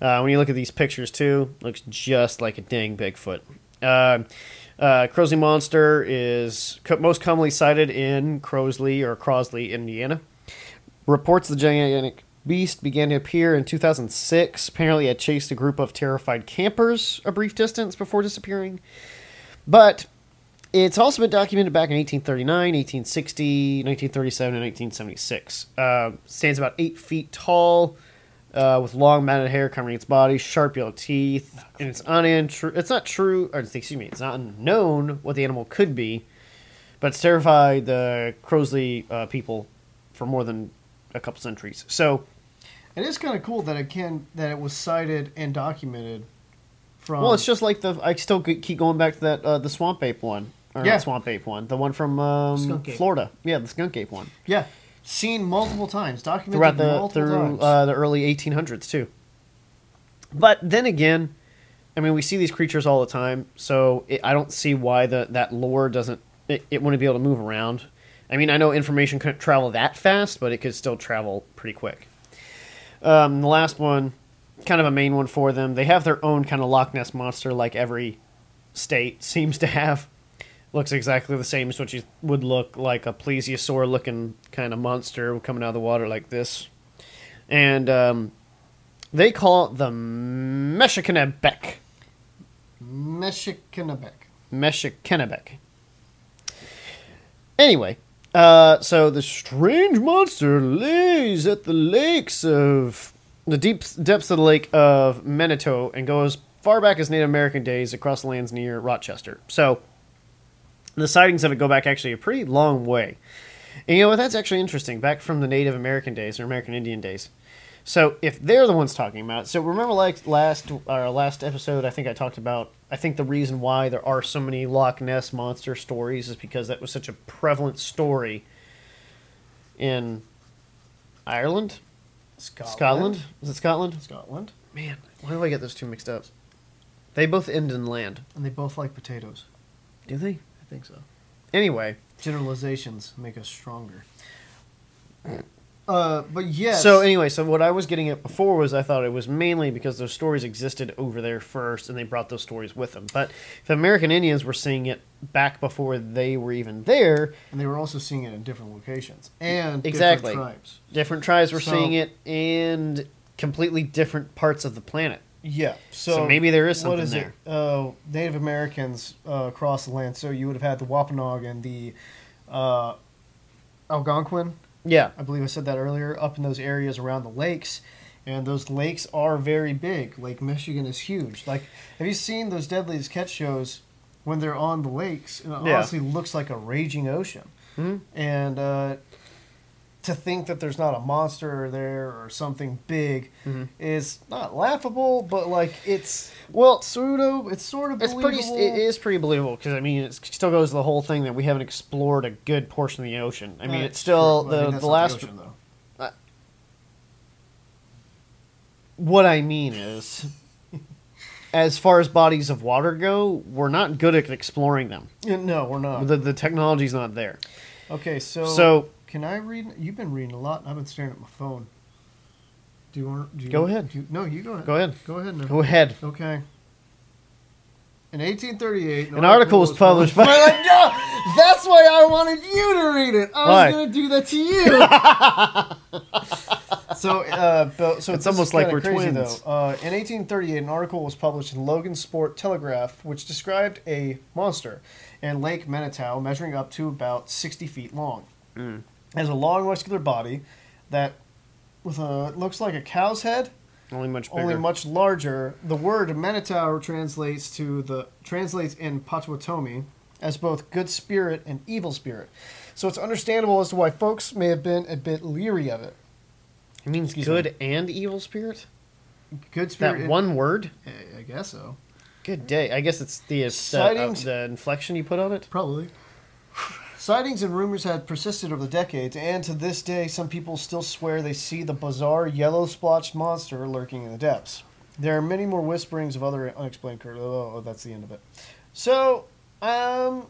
Speaker 2: Uh, when you look at these pictures, too, looks just like a dang Bigfoot. Uh, uh, Crosley Monster is co- most commonly sighted in Crosley or Crosley, Indiana. Reports of the gigantic beast began to appear in 2006. Apparently, had chased a group of terrified campers a brief distance before disappearing. But it's also been documented back in 1839, 1860, 1937, and 1976. Uh, stands about eight feet tall, uh, with long matted hair covering its body, sharp yellow teeth, and it's unintru- It's not true, or excuse me, it's not known what the animal could be, but it's terrified the Crosley uh, people for more than a couple centuries. So,
Speaker 1: It is kind of cool that it can that it was cited and documented from.
Speaker 2: well, it's just like the I still g- keep going back to that uh, the swamp ape one. Or
Speaker 1: Yeah.
Speaker 2: not swamp ape one, the one from um,
Speaker 1: Skunk ape.
Speaker 2: Florida. Yeah, the skunk ape one.
Speaker 1: yeah, seen multiple times,
Speaker 2: throughout
Speaker 1: documented
Speaker 2: the
Speaker 1: multiple
Speaker 2: through
Speaker 1: times.
Speaker 2: uh, the early 1800s too. But then again, I mean, we see these creatures all the time, so it, I don't see why the that lore doesn't it, it wouldn't be able to move around. I mean, I know information couldn't travel that fast, but it could still travel pretty quick. Um, the last one, kind of a main one for them. They have their own kind of Loch Ness monster, like every state seems to have. Looks exactly the same as what you would look like a plesiosaur looking kind of monster coming out of the water like this. And um, they call it the Meshikenebek.
Speaker 1: Meshikenabek.
Speaker 2: Meshikenebek. Anyway, uh, so the strange monster lays at the lakes of the deep depths of the lake of Manitou and goes far back as Native American days across the lands near Rochester. So the sightings of it go back actually a pretty long way. And you know what? That's actually interesting. Back from the Native American days or American Indian days. So if they're the ones talking about, it, so remember like last our last episode, I think I talked about. I think the reason why there are so many Loch Ness monster stories is because that was such a prevalent story in Ireland,
Speaker 1: Scotland.
Speaker 2: Scotland. Is it Scotland?
Speaker 1: Scotland.
Speaker 2: Man, why do I get those two mixed up? They both end in land.
Speaker 1: And they both like potatoes.
Speaker 2: Do they?
Speaker 1: I think so.
Speaker 2: Anyway,
Speaker 1: Generalizations make us stronger. Uh, but yes.
Speaker 2: So anyway, so what I was getting at before was I thought it was mainly because those stories existed over there first, and they brought those stories with them. But if American Indians were seeing it back before they were even there,
Speaker 1: and they were also seeing it in different locations and
Speaker 2: E- Exactly.
Speaker 1: different tribes.
Speaker 2: different tribes were
Speaker 1: So-
Speaker 2: seeing it and completely different parts of the planet.
Speaker 1: Yeah. So,
Speaker 2: So, maybe there is
Speaker 1: what
Speaker 2: something
Speaker 1: is
Speaker 2: there.
Speaker 1: it? Uh, Native Americans uh, across the land. So you would have had the Wampanoag and the uh, Algonquin.
Speaker 2: Yeah,
Speaker 1: I believe I said that earlier. Up in those areas around the lakes, and those lakes are very big. Lake Michigan is huge. Like, have you seen those Deadliest Catch shows? When they're on the lakes, and it
Speaker 2: Yeah.
Speaker 1: honestly looks like a raging ocean.
Speaker 2: Mhm.
Speaker 1: And uh, to think that there's not a monster there or something big
Speaker 2: Mm-hmm.
Speaker 1: is not laughable, but like it's
Speaker 2: well,
Speaker 1: pseudo. It's sort of
Speaker 2: it's pretty.
Speaker 1: believable.
Speaker 2: It is pretty believable because I mean, it still goes to the whole thing that we haven't explored a good portion of the ocean. I mean,
Speaker 1: That's
Speaker 2: it's still
Speaker 1: true.
Speaker 2: the
Speaker 1: I mean, that's
Speaker 2: the
Speaker 1: not
Speaker 2: last.
Speaker 1: ocean, though.
Speaker 2: what I mean is, as far as bodies of water go, we're not good at exploring them.
Speaker 1: Yeah, No, we're not.
Speaker 2: The, the technology's not there.
Speaker 1: Okay, so
Speaker 2: So-
Speaker 1: can I read? You've been reading a lot, and I've been staring at my phone. Do you want? Do you,
Speaker 2: Go ahead.
Speaker 1: do you- no, you go ahead.
Speaker 2: Go ahead.
Speaker 1: Go ahead. Now.
Speaker 2: Go ahead.
Speaker 1: Okay. In 1838,
Speaker 2: An article was published by-
Speaker 1: Well, no, that's why I wanted you to read it. I
Speaker 2: Why?
Speaker 1: was going to do that to you. so, uh, but- so
Speaker 2: It's
Speaker 1: this is
Speaker 2: almost like
Speaker 1: kinda
Speaker 2: we're
Speaker 1: crazy,
Speaker 2: twins.
Speaker 1: Though. Uh, in 1838, an article was published in Logan Sport Telegraph, which described a monster in Lake Manitou measuring up to about 60 feet long.
Speaker 2: Mm.
Speaker 1: It has a long, muscular body that with a, looks like a cow's head
Speaker 2: Only much bigger.
Speaker 1: only much larger. The word Manitou translates to the translates in Potawatomi as both good spirit and evil spirit. So it's understandable as to why folks may have been a bit leery of it.
Speaker 2: it means
Speaker 1: Excuse
Speaker 2: good and evil spirit.
Speaker 1: Good spirit.
Speaker 2: That one word.
Speaker 1: I, I guess so.
Speaker 2: Good day. I guess it's the it's, uh, uh,
Speaker 1: Sightings-
Speaker 2: the inflection you put on it.
Speaker 1: Probably. Sightings and rumors had persisted over the decades, and to this day, some people still swear they see the bizarre yellow splotched monster lurking in the depths. There are many more whisperings of other unexplained creatures. Oh, oh, that's the end of it. So, um,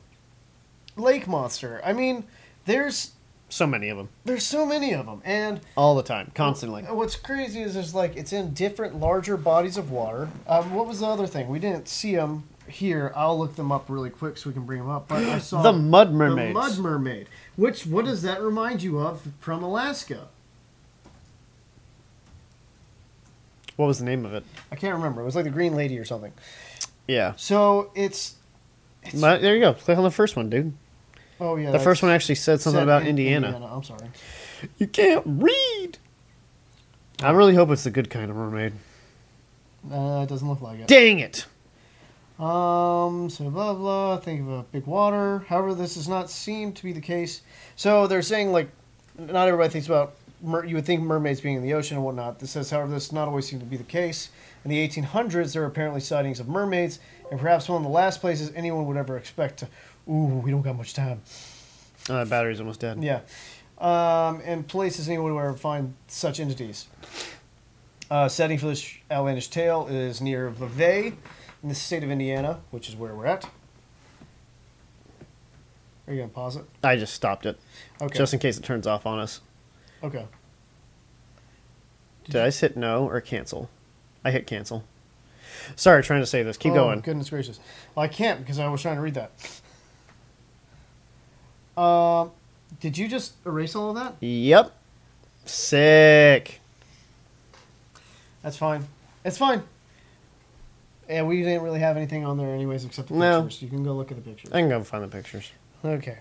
Speaker 1: lake monster. I mean, there's
Speaker 2: So many of them,
Speaker 1: there's so many of them, and
Speaker 2: all the time, constantly.
Speaker 1: What's crazy is there's like it's in different larger bodies of water. Um, what was the other thing? We didn't see them here. I'll look them up really quick so we can bring them up. But I saw
Speaker 2: The mud mermaids.
Speaker 1: The mud mermaid. Which what does that remind you of from Alaska?
Speaker 2: What was the name of it?
Speaker 1: I can't remember. It was like the Green Lady or something.
Speaker 2: Yeah,
Speaker 1: So it's. it's
Speaker 2: Mu- there you go. Click on the first one, dude.
Speaker 1: oh yeah.
Speaker 2: The
Speaker 1: that's-
Speaker 2: first one actually said something
Speaker 1: said
Speaker 2: about
Speaker 1: in-
Speaker 2: Indiana.
Speaker 1: I'm sorry.
Speaker 2: You can't read. I really hope it's the good kind of mermaid.
Speaker 1: Uh, it doesn't look like it.
Speaker 2: Dang it!
Speaker 1: Um, so blah blah. Think of a big water. However, this does not seem to be the case. So they're saying like, not everybody thinks about. Mer- you would think mermaids being in the ocean and whatnot. This says, however, this does not always seem to be the case. In the 1800s, there were apparently sightings of mermaids, and perhaps one of the last places anyone would ever expect to. Ooh, we don't got much time.
Speaker 2: Oh, the battery's almost dead.
Speaker 1: Yeah. Um, and places anyone would ever find such entities. Uh, setting for this outlandish tale is near Vevey in the state of Indiana, which is where we're at. Are you going to pause it?
Speaker 2: I just stopped it
Speaker 1: Okay.
Speaker 2: just in case it turns off on us.
Speaker 1: okay.
Speaker 2: Did I just hit no or cancel? I hit cancel. Sorry, trying to save this. Keep
Speaker 1: Oh,
Speaker 2: going.
Speaker 1: Goodness gracious. Well, I can't because I was trying to read that. Um, did you just erase all of that?
Speaker 2: Yep. Sick.
Speaker 1: That's fine. It's fine. And we didn't really have anything on there, anyways, except the
Speaker 2: No.
Speaker 1: pictures. You can go look at the pictures.
Speaker 2: I can go find the pictures.
Speaker 1: Okay.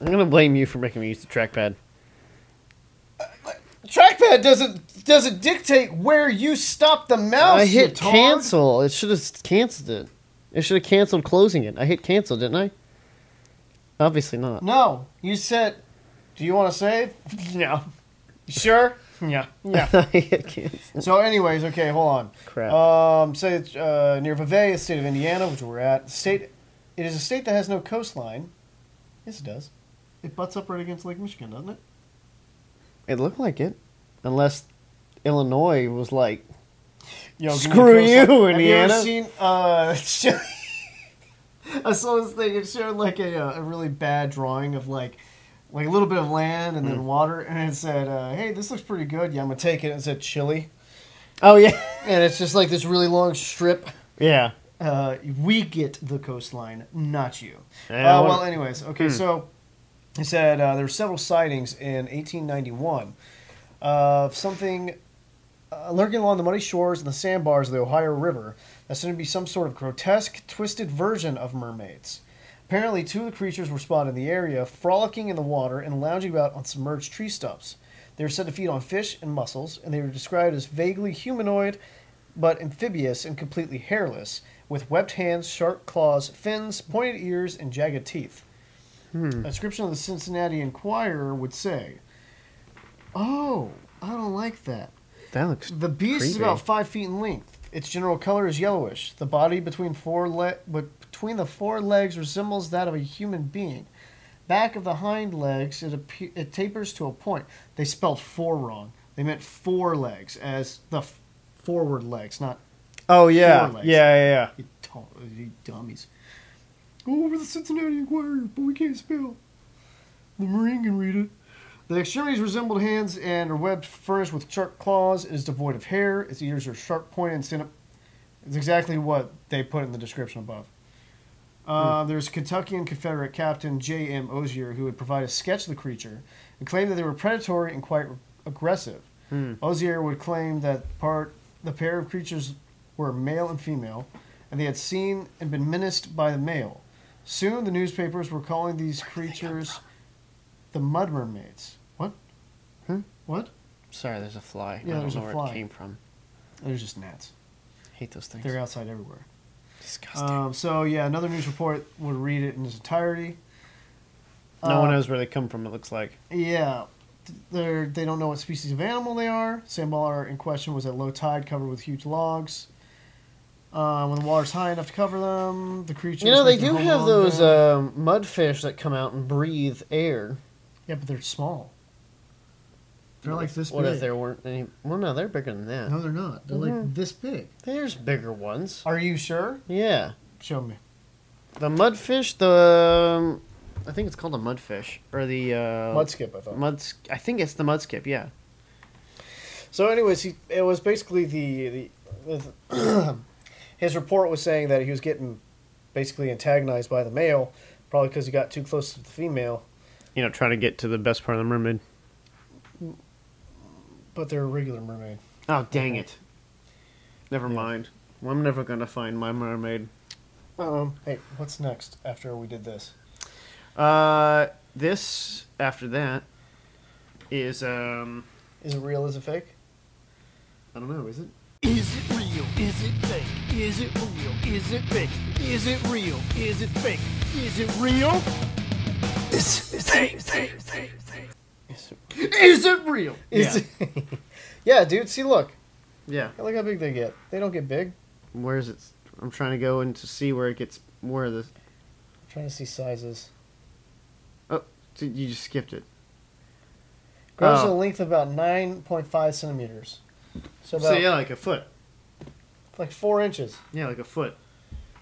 Speaker 2: I'm gonna blame you for making me use the trackpad.
Speaker 1: Trackpad doesn't doesn't dictate where you stop the mouse.
Speaker 2: I hit
Speaker 1: retard.
Speaker 2: cancel. It should have canceled it. It should have canceled closing it. I hit cancel, didn't I? Obviously not.
Speaker 1: No, you said. Do you want to save? No. Sure. Yeah. Yeah.
Speaker 2: I hit cancel.
Speaker 1: so, anyways, okay, hold on.
Speaker 2: Crap.
Speaker 1: Um, say it's uh, near Vevey, the state of Indiana, which we're at. State, it is a state that has no coastline. Yes, it does. It butts up right against Lake Michigan, doesn't it?
Speaker 2: It looked like it, unless Illinois was like,
Speaker 1: Yo, give me a
Speaker 2: Screw
Speaker 1: coastline.
Speaker 2: you,
Speaker 1: Have
Speaker 2: Indiana.
Speaker 1: You ever seen? Uh, I saw this thing. It showed like a, uh, a really bad drawing of like like a little bit of land and
Speaker 2: Mm.
Speaker 1: then water, and it said, uh, "Hey, this looks pretty good. Yeah, I'm gonna take it." It said Chile,
Speaker 2: "Oh yeah,
Speaker 1: and it's just like this really long strip.
Speaker 2: yeah."
Speaker 1: Uh, we get the coastline, not you. Uh,
Speaker 2: Yeah, what-
Speaker 1: well, anyways, okay. So he said uh, there were several sightings in 1891 of something uh, lurking along the muddy shores and the sandbars of the Ohio River that seemed to be some sort of grotesque, twisted version of mermaids. Apparently, two of the creatures were spotted in the area, frolicking in the water and lounging about on submerged tree stumps. They were said to feed on fish and mussels, and they were described as vaguely humanoid but amphibious and completely hairless, with webbed hands, sharp claws, fins, pointed ears, and jagged teeth. A description of the Cincinnati Enquirer would say, Oh, I don't like that.
Speaker 2: That looks
Speaker 1: The beast is
Speaker 2: creepy.
Speaker 1: about five feet in length. Its general color is yellowish. The body between four le- but between the four legs resembles that of a human being. Back of the hind legs, it appe- it tapers to a point. They spelled four wrong. They meant four legs as the f- forward legs, not
Speaker 2: Oh yeah,
Speaker 1: Four
Speaker 2: yeah,
Speaker 1: legs.
Speaker 2: yeah, yeah.
Speaker 1: you, tall- you dummies. Oh, we're the Cincinnati Enquirer, but we can't spell. The Marine can read it. The extremities resembled hands and are webbed, furnished with sharp claws. It is devoid of hair. Its ears are sharp, pointed, and stand up. It's exactly what they put in the description above. Uh, There's Kentucky and Confederate Captain J.M. Ozier, who would provide a sketch of the creature and claimed that they were predatory and quite aggressive. Ozier would claim that part the pair of creatures were male and female, and they had seen and been menaced by the male. Soon the newspapers were calling these creatures the mud mermaids. What?
Speaker 2: Huh?
Speaker 1: What?
Speaker 2: Sorry, there's a fly.
Speaker 1: Yeah,
Speaker 2: I don't
Speaker 1: there's
Speaker 2: know
Speaker 1: a
Speaker 2: where
Speaker 1: fly.
Speaker 2: it came from.
Speaker 1: They're just gnats.
Speaker 2: hate those things.
Speaker 1: They're outside everywhere.
Speaker 2: disgusting.
Speaker 1: Um, so yeah, another news report would read it in its entirety.
Speaker 2: no
Speaker 1: uh,
Speaker 2: one knows where they come from. It looks like.
Speaker 1: Yeah, they're they don't know what species of animal they are. Sandbar in question was at low tide, covered with huge logs. Uh, when the water's high enough to cover them, the creatures.
Speaker 2: You know, they
Speaker 1: make their
Speaker 2: do
Speaker 1: home
Speaker 2: have
Speaker 1: on
Speaker 2: those uh,
Speaker 1: them.
Speaker 2: um, mudfish that come out and breathe air.
Speaker 1: yeah, but they're small. They're like this
Speaker 2: What
Speaker 1: big.
Speaker 2: if there weren't any? Well, no, they're bigger than that.
Speaker 1: No, they're not. They're like this big.
Speaker 2: There's bigger ones.
Speaker 1: Are you sure?
Speaker 2: Yeah.
Speaker 1: Show me.
Speaker 2: The mudfish, the. um, I think it's called a mudfish. Or the. Uh,
Speaker 1: Mud skip, I thought.
Speaker 2: Muds, I think it's the mudskip, yeah.
Speaker 1: So, anyways, he, it was basically the, the, the his report was saying that he was getting basically antagonized by the male, probably because he got too close to the female.
Speaker 2: You know, trying to get to the best part of the mermaid.
Speaker 1: But they're a regular mermaid.
Speaker 2: Oh, dang it. Never mind. Well, I'm never going to find my mermaid.
Speaker 1: Um, hey, what's next after we did this?
Speaker 2: Uh, this, after that, is. um
Speaker 1: Is it real? Is it fake?
Speaker 2: I don't know, is it?
Speaker 3: Is it real? Is it fake? Is it real? Is it fake? Is it real? Is it fake? Is it real? Is it fake? Is it real?
Speaker 1: Is yeah. It, yeah, dude. See, look,
Speaker 2: Yeah.
Speaker 1: look how big they get. They don't get big. I'm
Speaker 2: Where is it? I'm trying to go in to see where it gets. Where the.
Speaker 1: trying to see sizes.
Speaker 2: Oh, you just skipped it.
Speaker 1: Grows to a
Speaker 2: Oh.
Speaker 1: length of about nine point five centimeters. So about
Speaker 2: So, yeah, like a foot.
Speaker 1: like four inches.
Speaker 2: Yeah, like a foot.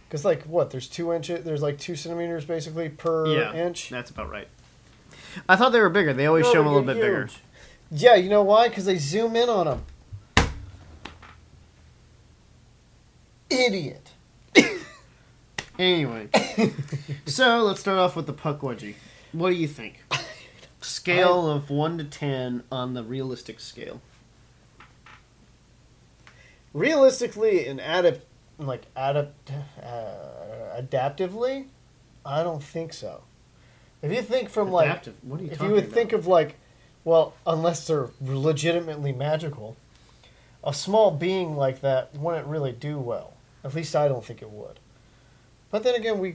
Speaker 1: Because like what? There's two inches. There's like two centimeters basically per
Speaker 2: yeah,
Speaker 1: inch.
Speaker 2: That's about right. I thought they were bigger. They always
Speaker 1: No,
Speaker 2: show them a
Speaker 1: they're
Speaker 2: little bit bigger.
Speaker 1: huge. Yeah, you know why? Because they zoom in on them. Idiot.
Speaker 2: Anyway, so let's start off with the puck wedgie. What do you think? Scale of one to ten on the realistic scale.
Speaker 1: Realistically and adapt, like adapt, uh, adaptively, I don't think so. If you think from like,
Speaker 2: Adaptive. what are you
Speaker 1: if
Speaker 2: talking
Speaker 1: you would
Speaker 2: about?
Speaker 1: think of like, well, unless they're legitimately magical, a small being like that wouldn't really do well. At least I don't think it would. But then again, we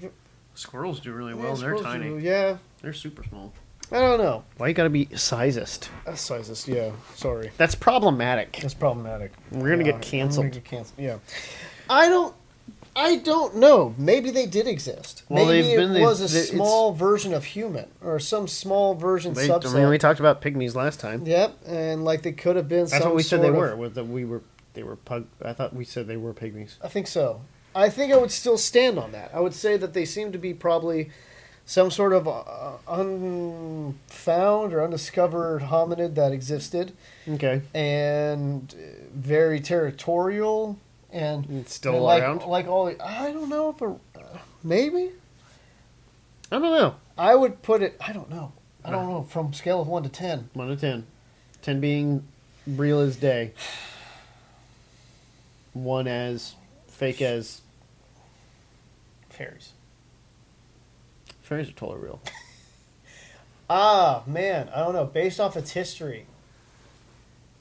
Speaker 2: squirrels do
Speaker 1: Yeah,
Speaker 2: really well. They're
Speaker 1: squirrels
Speaker 2: tiny.
Speaker 1: do, Yeah,
Speaker 2: They're super small.
Speaker 1: I don't know.
Speaker 2: Why you gotta be sizest?
Speaker 1: That's sizes. Yeah, sorry.
Speaker 2: That's problematic.
Speaker 1: That's problematic.
Speaker 2: We're gonna
Speaker 1: Yeah,
Speaker 2: get
Speaker 1: I'm
Speaker 2: canceled.
Speaker 1: get canceled. Yeah. I don't. I don't know. Maybe they did exist.
Speaker 2: Well,
Speaker 1: Maybe
Speaker 2: they've
Speaker 1: it
Speaker 2: been- they-
Speaker 1: was a
Speaker 2: they- it's-
Speaker 1: small version of human or some small version
Speaker 2: They, I
Speaker 1: subset.
Speaker 2: mean, we talked about pygmies last time.
Speaker 1: yep, and like they could have been.
Speaker 2: That's
Speaker 1: some
Speaker 2: what we said they
Speaker 1: sort of-
Speaker 2: were. Was that we were they were pug? I thought we said they were pygmies.
Speaker 1: I think so. I think I would still stand on that. I would say that they seem to be probably some sort of uh, unfound or undiscovered hominid that existed.
Speaker 2: Okay.
Speaker 1: and uh, very territorial and
Speaker 2: It's Mm, still
Speaker 1: and like,
Speaker 2: around?
Speaker 1: Like all, the- I don't know, but uh, maybe
Speaker 2: I don't know.
Speaker 1: I would put it. I don't know. I
Speaker 2: Uh.
Speaker 1: don't know from scale of one to ten.
Speaker 2: One to ten. Ten being real as day. One as fake as
Speaker 1: Fairies.
Speaker 2: fairies are totally real.
Speaker 1: Ah man, I don't know. Based off its history,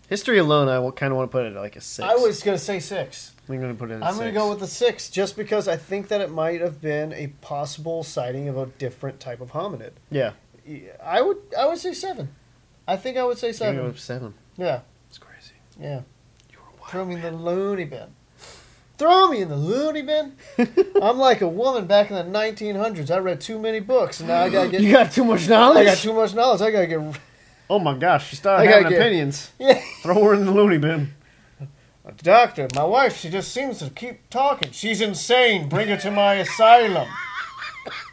Speaker 2: History alone, I kind of want to put it at like a six.
Speaker 1: I was gonna say six.
Speaker 2: I'm going to put it. At
Speaker 1: I'm gonna
Speaker 2: going
Speaker 1: go with the six, just because I think that it might have been a possible sighting of a different type of hominid.
Speaker 2: yeah.
Speaker 1: Yeah, I would. I would say seven. I think I would say
Speaker 2: Seven.
Speaker 1: seven.
Speaker 2: seven.
Speaker 1: Yeah.
Speaker 2: It's crazy.
Speaker 1: Yeah.
Speaker 2: You were wild.
Speaker 1: Throw me in the loony bin. Throw me in the loony bin. I'm like a woman back in the 1900s. I read too many books, and now I gotta get.
Speaker 2: You got too much knowledge.
Speaker 1: I got too much knowledge. I gotta get.
Speaker 2: oh my gosh! She started
Speaker 1: I gotta
Speaker 2: having
Speaker 1: get-
Speaker 2: opinions.
Speaker 1: Yeah.
Speaker 2: Throw her in the loony bin.
Speaker 1: A doctor, my wife, she just seems to keep talking. She's insane. Bring her to my asylum.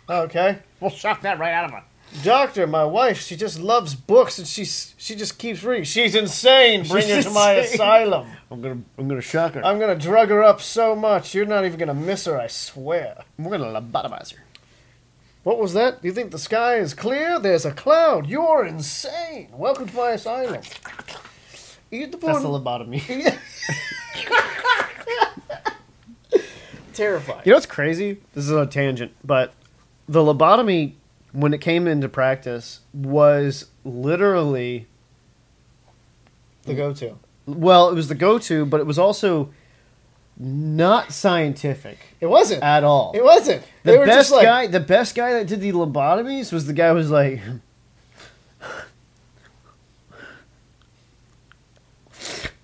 Speaker 1: Okay.
Speaker 2: We'll shock that right out of her.
Speaker 1: Doctor, my wife, she just loves books, and she's she just keeps reading. She's insane. Bring her
Speaker 2: She's
Speaker 1: to my
Speaker 2: insane.
Speaker 1: asylum.
Speaker 2: I'm gonna, I'm gonna shock her.
Speaker 1: I'm gonna drug her up so much, you're not even gonna miss her. I swear.
Speaker 2: We're gonna lobotomize her.
Speaker 1: What was that? Do you think the sky is clear? There's a cloud. You're insane. Welcome to my asylum. Eat the
Speaker 2: That's the
Speaker 1: bun.
Speaker 2: lobotomy.
Speaker 1: Terrifying.
Speaker 2: You know what's crazy? This is a tangent, but the lobotomy, when it came into practice, was literally
Speaker 1: The go-to.
Speaker 2: well, it was the go-to, but it was also not scientific
Speaker 1: It wasn't.
Speaker 2: at all.
Speaker 1: It wasn't.
Speaker 2: The
Speaker 1: they were
Speaker 2: best
Speaker 1: just like,
Speaker 2: guy, the best guy that did the lobotomies was the guy who was like,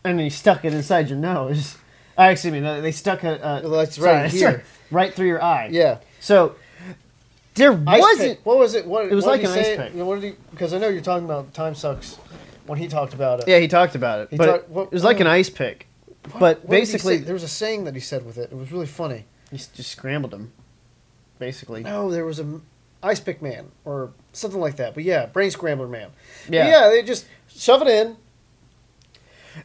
Speaker 2: and he stuck it inside your nose. I excuse me, they they stuck it. Uh,
Speaker 1: Well, that's right here.
Speaker 2: right through your eye.
Speaker 1: yeah.
Speaker 2: So there
Speaker 1: Ice
Speaker 2: wasn't.
Speaker 1: pick. What was it? What,
Speaker 2: It was
Speaker 1: what did
Speaker 2: like
Speaker 1: he
Speaker 2: an ice
Speaker 1: say?
Speaker 2: pick.
Speaker 1: What did he? Because I know you're talking about time sucks. when he talked about it.
Speaker 2: Yeah, he talked uh, about it,
Speaker 1: He
Speaker 2: but
Speaker 1: talked-
Speaker 2: it,
Speaker 1: what-
Speaker 2: it was like an ice pick.
Speaker 1: What-
Speaker 2: but
Speaker 1: what did he
Speaker 2: basically-
Speaker 1: say? there was a saying that he said with it. It was really funny.
Speaker 2: He s- just scrambled him, basically.
Speaker 1: No, there was a m- ice pick man or something like that. But yeah, brain scrambler man. Yeah,
Speaker 2: Yeah.
Speaker 1: yeah, they just shove it in.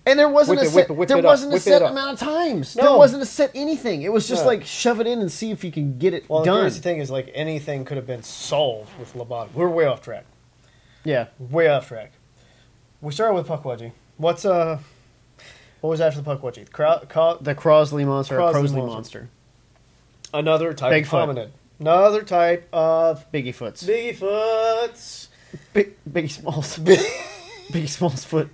Speaker 2: And there wasn't
Speaker 1: Whip
Speaker 2: a
Speaker 1: it,
Speaker 2: set,
Speaker 1: whip it, whip
Speaker 2: there
Speaker 1: it up,
Speaker 2: wasn't a
Speaker 1: whip it
Speaker 2: set
Speaker 1: up.
Speaker 2: amount of times.
Speaker 1: No.
Speaker 2: There wasn't a set anything. It was just
Speaker 1: No.
Speaker 2: like shove it in and see if you can get it
Speaker 1: Well, the
Speaker 2: done.
Speaker 1: crazy thing is, like anything could have been solved with lobotomy. We're way off track.
Speaker 2: Yeah.
Speaker 1: Way off track. We started with Puckwudgie. What's uh, what was after the Puckwudgie? Crow, cow,
Speaker 2: The Crosley monster, or
Speaker 1: Crosley
Speaker 2: Crosley
Speaker 1: monster.
Speaker 2: monster.
Speaker 1: another type of
Speaker 2: Bigfoot.
Speaker 1: hominid. Another type of
Speaker 2: Biggie Foots. Big,
Speaker 1: Bigfoots.
Speaker 2: Biggie Smalls.
Speaker 1: Big,
Speaker 2: Biggie Smalls foot.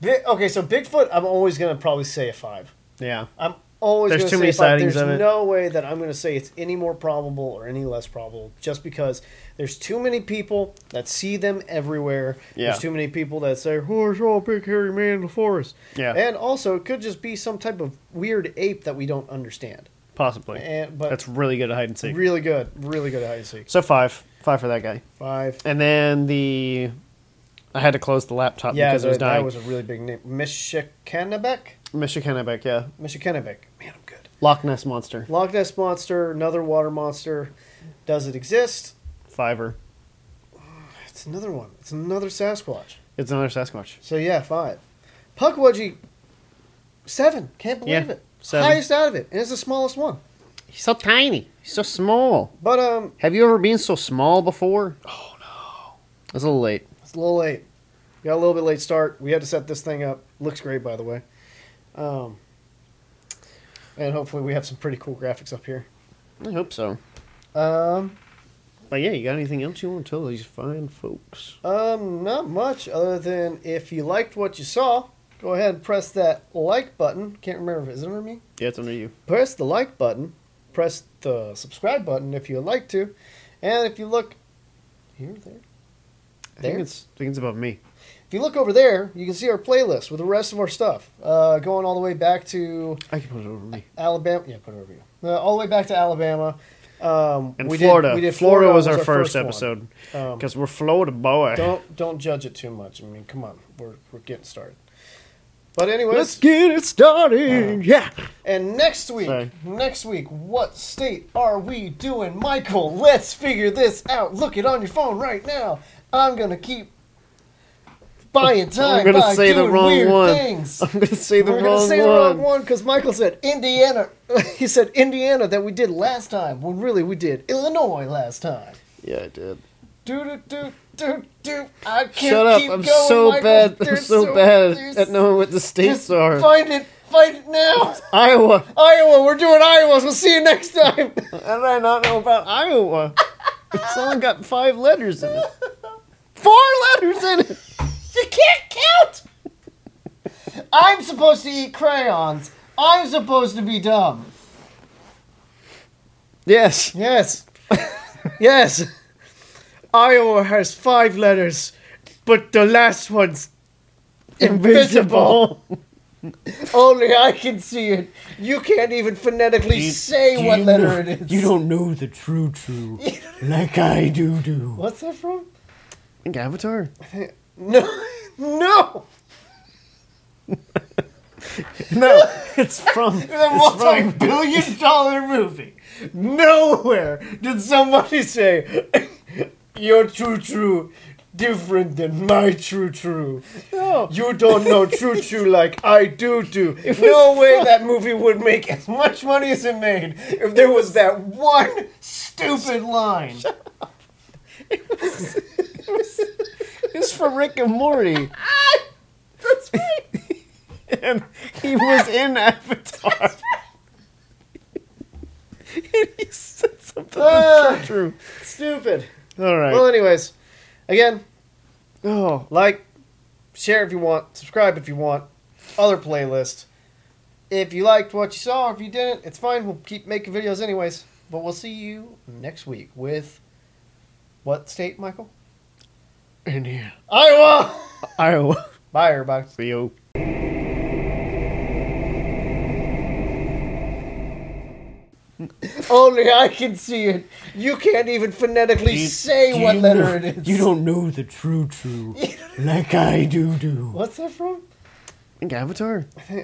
Speaker 1: Big- okay, so Bigfoot, I'm always gonna probably say a five.
Speaker 2: Yeah.
Speaker 1: I'm always
Speaker 2: There's
Speaker 1: gonna
Speaker 2: too
Speaker 1: say
Speaker 2: many
Speaker 1: a five.
Speaker 2: sightings
Speaker 1: There's
Speaker 2: of it.
Speaker 1: no way that I'm gonna say it's any more probable or any less probable, just because there's too many people that see them everywhere.
Speaker 2: Yeah.
Speaker 1: There's too many people that say, "Oh, I saw a big hairy man in the forest."
Speaker 2: Yeah.
Speaker 1: And also, it could just be some type of weird ape that we don't understand.
Speaker 2: Possibly.
Speaker 1: And uh, but
Speaker 2: That's really good at hide and seek.
Speaker 1: really good, really good at hide and seek.
Speaker 2: so five. Five for that guy.
Speaker 1: Five.
Speaker 2: And then the. I had to close the laptop
Speaker 1: Yeah,
Speaker 2: because it was
Speaker 1: that, that
Speaker 2: dying.
Speaker 1: was a really big name. Michikennebec?
Speaker 2: Mr. Kennebec, yeah.
Speaker 1: Michikennebec. Man, I'm good.
Speaker 2: Loch Ness Monster.
Speaker 1: Loch Ness Monster, another water monster. Does it exist?
Speaker 2: Fiver.
Speaker 1: It's another one. It's another Sasquatch.
Speaker 2: It's another Sasquatch.
Speaker 1: So yeah, five. Puckwudgie, seven. Can't believe
Speaker 2: Yeah,
Speaker 1: it.
Speaker 2: seven.
Speaker 1: Highest out of it, and it's the smallest one.
Speaker 2: He's so tiny. He's so small.
Speaker 1: But um,
Speaker 2: Have you ever been so small before? Oh, no. I was a little late.
Speaker 1: it's a little late. Got a little bit late start. We had to set this thing up. Looks great, by the way. Um, and hopefully we have some pretty cool graphics up here.
Speaker 2: I hope so.
Speaker 1: Um,
Speaker 2: But yeah, you got anything else you want to tell these fine folks?
Speaker 1: Um, not much other than if you liked what you saw, go ahead and press that like button. Can't remember if it's under me.
Speaker 2: Yeah, it's under you.
Speaker 1: Press the like button. Press the subscribe button if you'd like to. And if you look here, there,
Speaker 2: I
Speaker 1: There?
Speaker 2: think it's I think it's above me.
Speaker 1: if you look over there, you can see our playlist with the rest of our stuff. Uh, going all the way back to
Speaker 2: I can put it over me.
Speaker 1: Alabama. Yeah, put it over you. Uh, all the way back to Alabama. Um,
Speaker 2: And Florida. Florida, was our, first,
Speaker 1: one.
Speaker 2: episode
Speaker 1: Um,
Speaker 2: because we're Florida boy.
Speaker 1: don't don't judge it too much. I mean, come on, we're we're getting started. But anyways,
Speaker 2: Let's get it started. yeah.
Speaker 1: And next week,
Speaker 2: Sorry.
Speaker 1: next week, what state are we doing, Michael? Let's figure this out. Look it on your phone right now. I'm gonna keep buying time.
Speaker 2: I'm gonna
Speaker 1: by
Speaker 2: say the
Speaker 1: doing
Speaker 2: wrong
Speaker 1: weird
Speaker 2: one.
Speaker 1: Things.
Speaker 2: I'm gonna say the
Speaker 1: We're
Speaker 2: wrong
Speaker 1: gonna say
Speaker 2: one.
Speaker 1: the wrong one because Michael said Indiana. he said Indiana that we did last time when really we did Illinois last time.
Speaker 2: Yeah, I did.
Speaker 1: Do do do do do. I can't
Speaker 2: Shut up!
Speaker 1: keep
Speaker 2: I'm
Speaker 1: going,
Speaker 2: so
Speaker 1: Michael.
Speaker 2: bad. I'm
Speaker 1: They're
Speaker 2: so, bad
Speaker 1: they're
Speaker 2: at knowing what the states
Speaker 1: Just
Speaker 2: are.
Speaker 1: find it, find it now.
Speaker 2: Iowa.
Speaker 1: Iowa, we're doing Iowa's. We'll see you next time.
Speaker 2: How did I not know about Iowa? it's only got five letters in it. Four letters in it.
Speaker 1: you can't count. I'm supposed to eat crayons. I'm supposed to be dumb.
Speaker 2: Yes.
Speaker 1: Yes. yes. Iowa has five letters, but the last one's invisible. Only I can see it. You can't even phonetically say what letter it is.
Speaker 4: don't know the true true like I do do.
Speaker 1: What's that from?
Speaker 2: Think Avatar.
Speaker 1: No. no.
Speaker 2: No, it's from.
Speaker 1: The multi-billion dollar movie. Nowhere did somebody say, "Your true true different than my true true."
Speaker 2: No.
Speaker 1: You don't know true true like I do do. No way that movie would make as much money as it made if there was that one stupid line.
Speaker 2: It's from Rick and Morty. That's right. and he was in Avatar. and he said something
Speaker 1: Ah.
Speaker 2: that's true.
Speaker 1: Stupid.
Speaker 2: All right.
Speaker 1: Well, anyways, again,
Speaker 2: oh,
Speaker 1: like, share if you want, subscribe if you want, other playlist. If you liked what you saw, if you didn't, it's fine. We'll keep making videos anyways. But we'll see you next week with what state, Michael?
Speaker 2: Indiana,
Speaker 1: Iowa.
Speaker 2: Iowa,
Speaker 1: Bye, everybody.
Speaker 2: Rio.
Speaker 1: Only I can see it. You can't even phonetically
Speaker 5: Do you-
Speaker 1: say
Speaker 2: Do
Speaker 1: what
Speaker 2: you
Speaker 1: letter
Speaker 2: know-
Speaker 1: it is.
Speaker 2: You don't know the true true like I do do.
Speaker 1: What's that from?
Speaker 5: I think Avatar.
Speaker 1: I think